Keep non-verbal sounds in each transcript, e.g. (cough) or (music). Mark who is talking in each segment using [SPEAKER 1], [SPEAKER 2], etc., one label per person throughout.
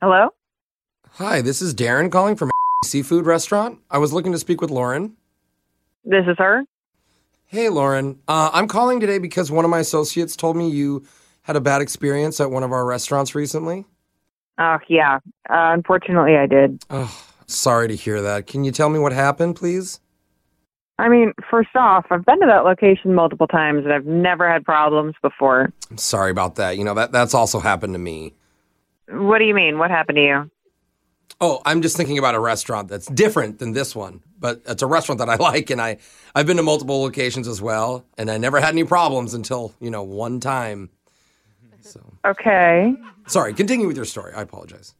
[SPEAKER 1] Hello?
[SPEAKER 2] Hi, this is Darren calling from Seafood Restaurant. I was looking to speak with Lauren.
[SPEAKER 1] This is her?
[SPEAKER 2] Hey, Lauren. Uh, I'm calling today because one of my associates told me you had a bad experience at one of our restaurants recently.
[SPEAKER 1] Oh, yeah. Uh, unfortunately, I did.
[SPEAKER 2] Oh, sorry to hear that. Can you tell me what happened, please?
[SPEAKER 1] I mean, first off, I've been to that location multiple times and I've never had problems before.
[SPEAKER 2] I'm sorry about that. You know, that that's also happened to me.
[SPEAKER 1] What do you mean? What happened to you?
[SPEAKER 2] Oh, I'm just thinking about a restaurant that's different than this one, but it's a restaurant that I (laughs) like and I I've been to multiple locations as well and I never had any problems until, you know, one time. So,
[SPEAKER 1] Okay.
[SPEAKER 2] sorry, continue with your story. I apologize.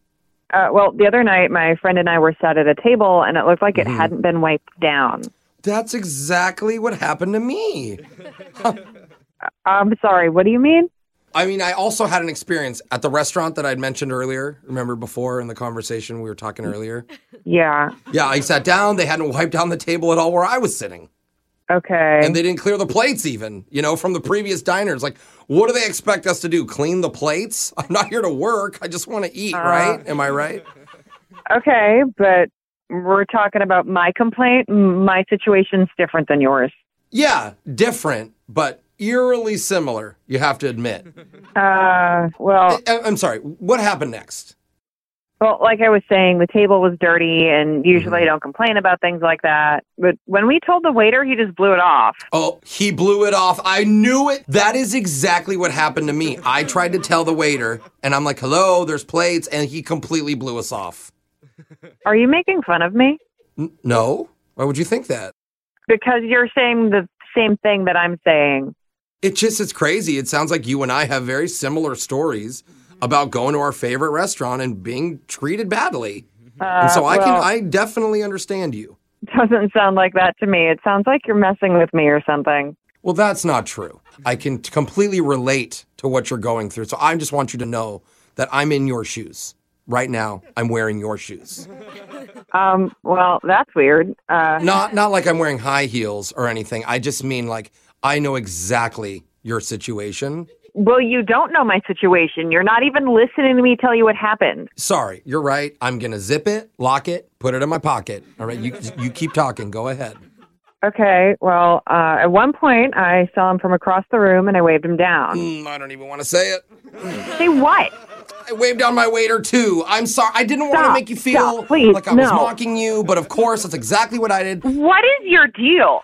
[SPEAKER 1] Uh, well, the other night, my friend and I were sat at a table and it looked like
[SPEAKER 2] Mm-hmm.
[SPEAKER 1] it hadn't been wiped down.
[SPEAKER 2] That's exactly what happened to me.
[SPEAKER 1] I'm sorry, what do you mean?
[SPEAKER 2] I mean, I also had an experience at the restaurant that I'd mentioned earlier. Remember before in the conversation we were talking earlier?
[SPEAKER 1] Yeah.
[SPEAKER 2] Yeah, I sat down. They hadn't wiped down the table at all where I was sitting.
[SPEAKER 1] Okay.
[SPEAKER 2] And they didn't clear the plates even, you know, from the previous diners. Like, what do they expect us to do? Clean the plates? (laughs) I'm not here to work. I just want to eat, right? Am I right?
[SPEAKER 1] okay, but we're talking about my complaint. M- My situation's different than yours.
[SPEAKER 2] Yeah, different, but eerily similar, you have to admit.
[SPEAKER 1] Uh, well,
[SPEAKER 2] I- I'm sorry. What happened next?
[SPEAKER 1] Well, like I was saying, the table was dirty, and usually I don't complain about things like that. But when we told the waiter, he just blew it off.
[SPEAKER 2] Oh, he blew it off. I knew it. That is exactly what happened to me. I tried to tell the waiter, and I'm like, hello, there's plates, and he completely blew us off.
[SPEAKER 1] Are you making fun of me?
[SPEAKER 2] N- no? Why would you think that?
[SPEAKER 1] Because you're saying the same thing that I'm saying. (laughs)
[SPEAKER 2] It just is crazy. It sounds like you and I have very similar stories about going to our favorite restaurant and being treated badly. and so I
[SPEAKER 1] well-
[SPEAKER 2] can I definitely understand you.
[SPEAKER 1] Doesn't sound like that to me. It sounds like you're messing with me or something.
[SPEAKER 2] Well, that's not true. I can t- completely relate to what you're going through. So I just want you to know that I'm in your shoes. Right now, I'm wearing your shoes.
[SPEAKER 1] Um, well, that's weird. Uh,
[SPEAKER 2] Not not like I'm wearing high heels or anything. I just mean like I know exactly your situation.
[SPEAKER 1] well, you don't know my situation. You're not even listening to me tell you what happened.
[SPEAKER 2] Sorry, you're right. I'm gonna zip it, lock it, put it in my pocket. All right, you you keep talking. Go ahead.
[SPEAKER 1] Okay, well, uh, at one point, I saw him from across the room and I waved him down.
[SPEAKER 2] Mm, I don't even want to say it.
[SPEAKER 1] Say what?
[SPEAKER 2] I waved down my waiter too. I'm sorry. I didn't want to
[SPEAKER 1] Stop,
[SPEAKER 2] make you feel
[SPEAKER 1] stop, please,
[SPEAKER 2] like I was
[SPEAKER 1] no.
[SPEAKER 2] mocking you, but of course that's exactly what I did.
[SPEAKER 1] What is your deal?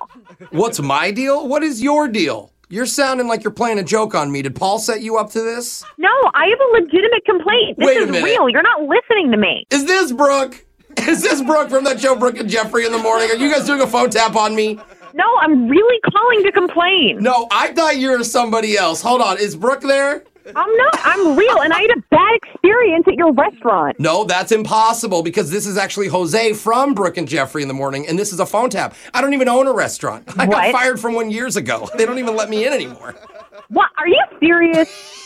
[SPEAKER 2] What's my deal? What is your deal? You're sounding like you're playing a joke on me. Did Paul set you up to this?
[SPEAKER 1] No, I have a legitimate complaint. This
[SPEAKER 2] Wait a
[SPEAKER 1] is
[SPEAKER 2] minute.
[SPEAKER 1] real. You're not listening to me.
[SPEAKER 2] Is this Brooke? Is this Brooke from that show Brooke and Jeffrey in the morning? Are you guys doing a phone tap on me?
[SPEAKER 1] No, I'm really calling to complain.
[SPEAKER 2] No, I thought you were somebody else. Hold on. Is Brooke there?
[SPEAKER 1] I'm not. I'm real, and I had a bad experience at your restaurant.
[SPEAKER 2] No, that's impossible because this is actually Jose from Brooke and Jeffrey in the morning, and this is a phone tap. I don't even own a restaurant. I got
[SPEAKER 1] What?
[SPEAKER 2] fired from one years ago. They don't even let me in anymore. (laughs)
[SPEAKER 1] What? Are you serious?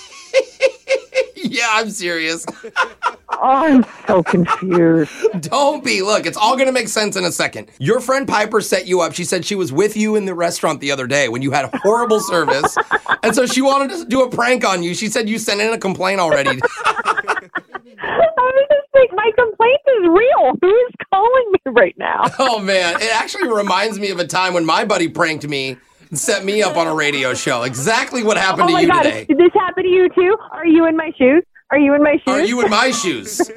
[SPEAKER 2] yeah, I'm serious.
[SPEAKER 1] Oh, I'm so confused. (laughs)
[SPEAKER 2] (laughs) don't be. Look, it's all gonna make sense in a second. Your friend Piper set you up. She said she was with you in the restaurant the other day when you had
[SPEAKER 1] (laughs)
[SPEAKER 2] horrible service, and so she wanted to do a prank on you. She said you sent in a complaint already. (laughs)
[SPEAKER 1] I just think my complaint is real. Who is calling me right
[SPEAKER 2] (laughs)
[SPEAKER 1] now?
[SPEAKER 2] Oh man, it actually reminds me of a time when my buddy pranked me and set me up on a radio show. Exactly what happened
[SPEAKER 1] Oh
[SPEAKER 2] to
[SPEAKER 1] my
[SPEAKER 2] you
[SPEAKER 1] god!
[SPEAKER 2] today.
[SPEAKER 1] Did this happen to you too? Are you in my shoes? Are you in my shoes?
[SPEAKER 2] Are you
[SPEAKER 1] (laughs)
[SPEAKER 2] in my shoes?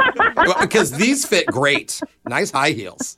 [SPEAKER 2] Because these fit great. Nice high heels.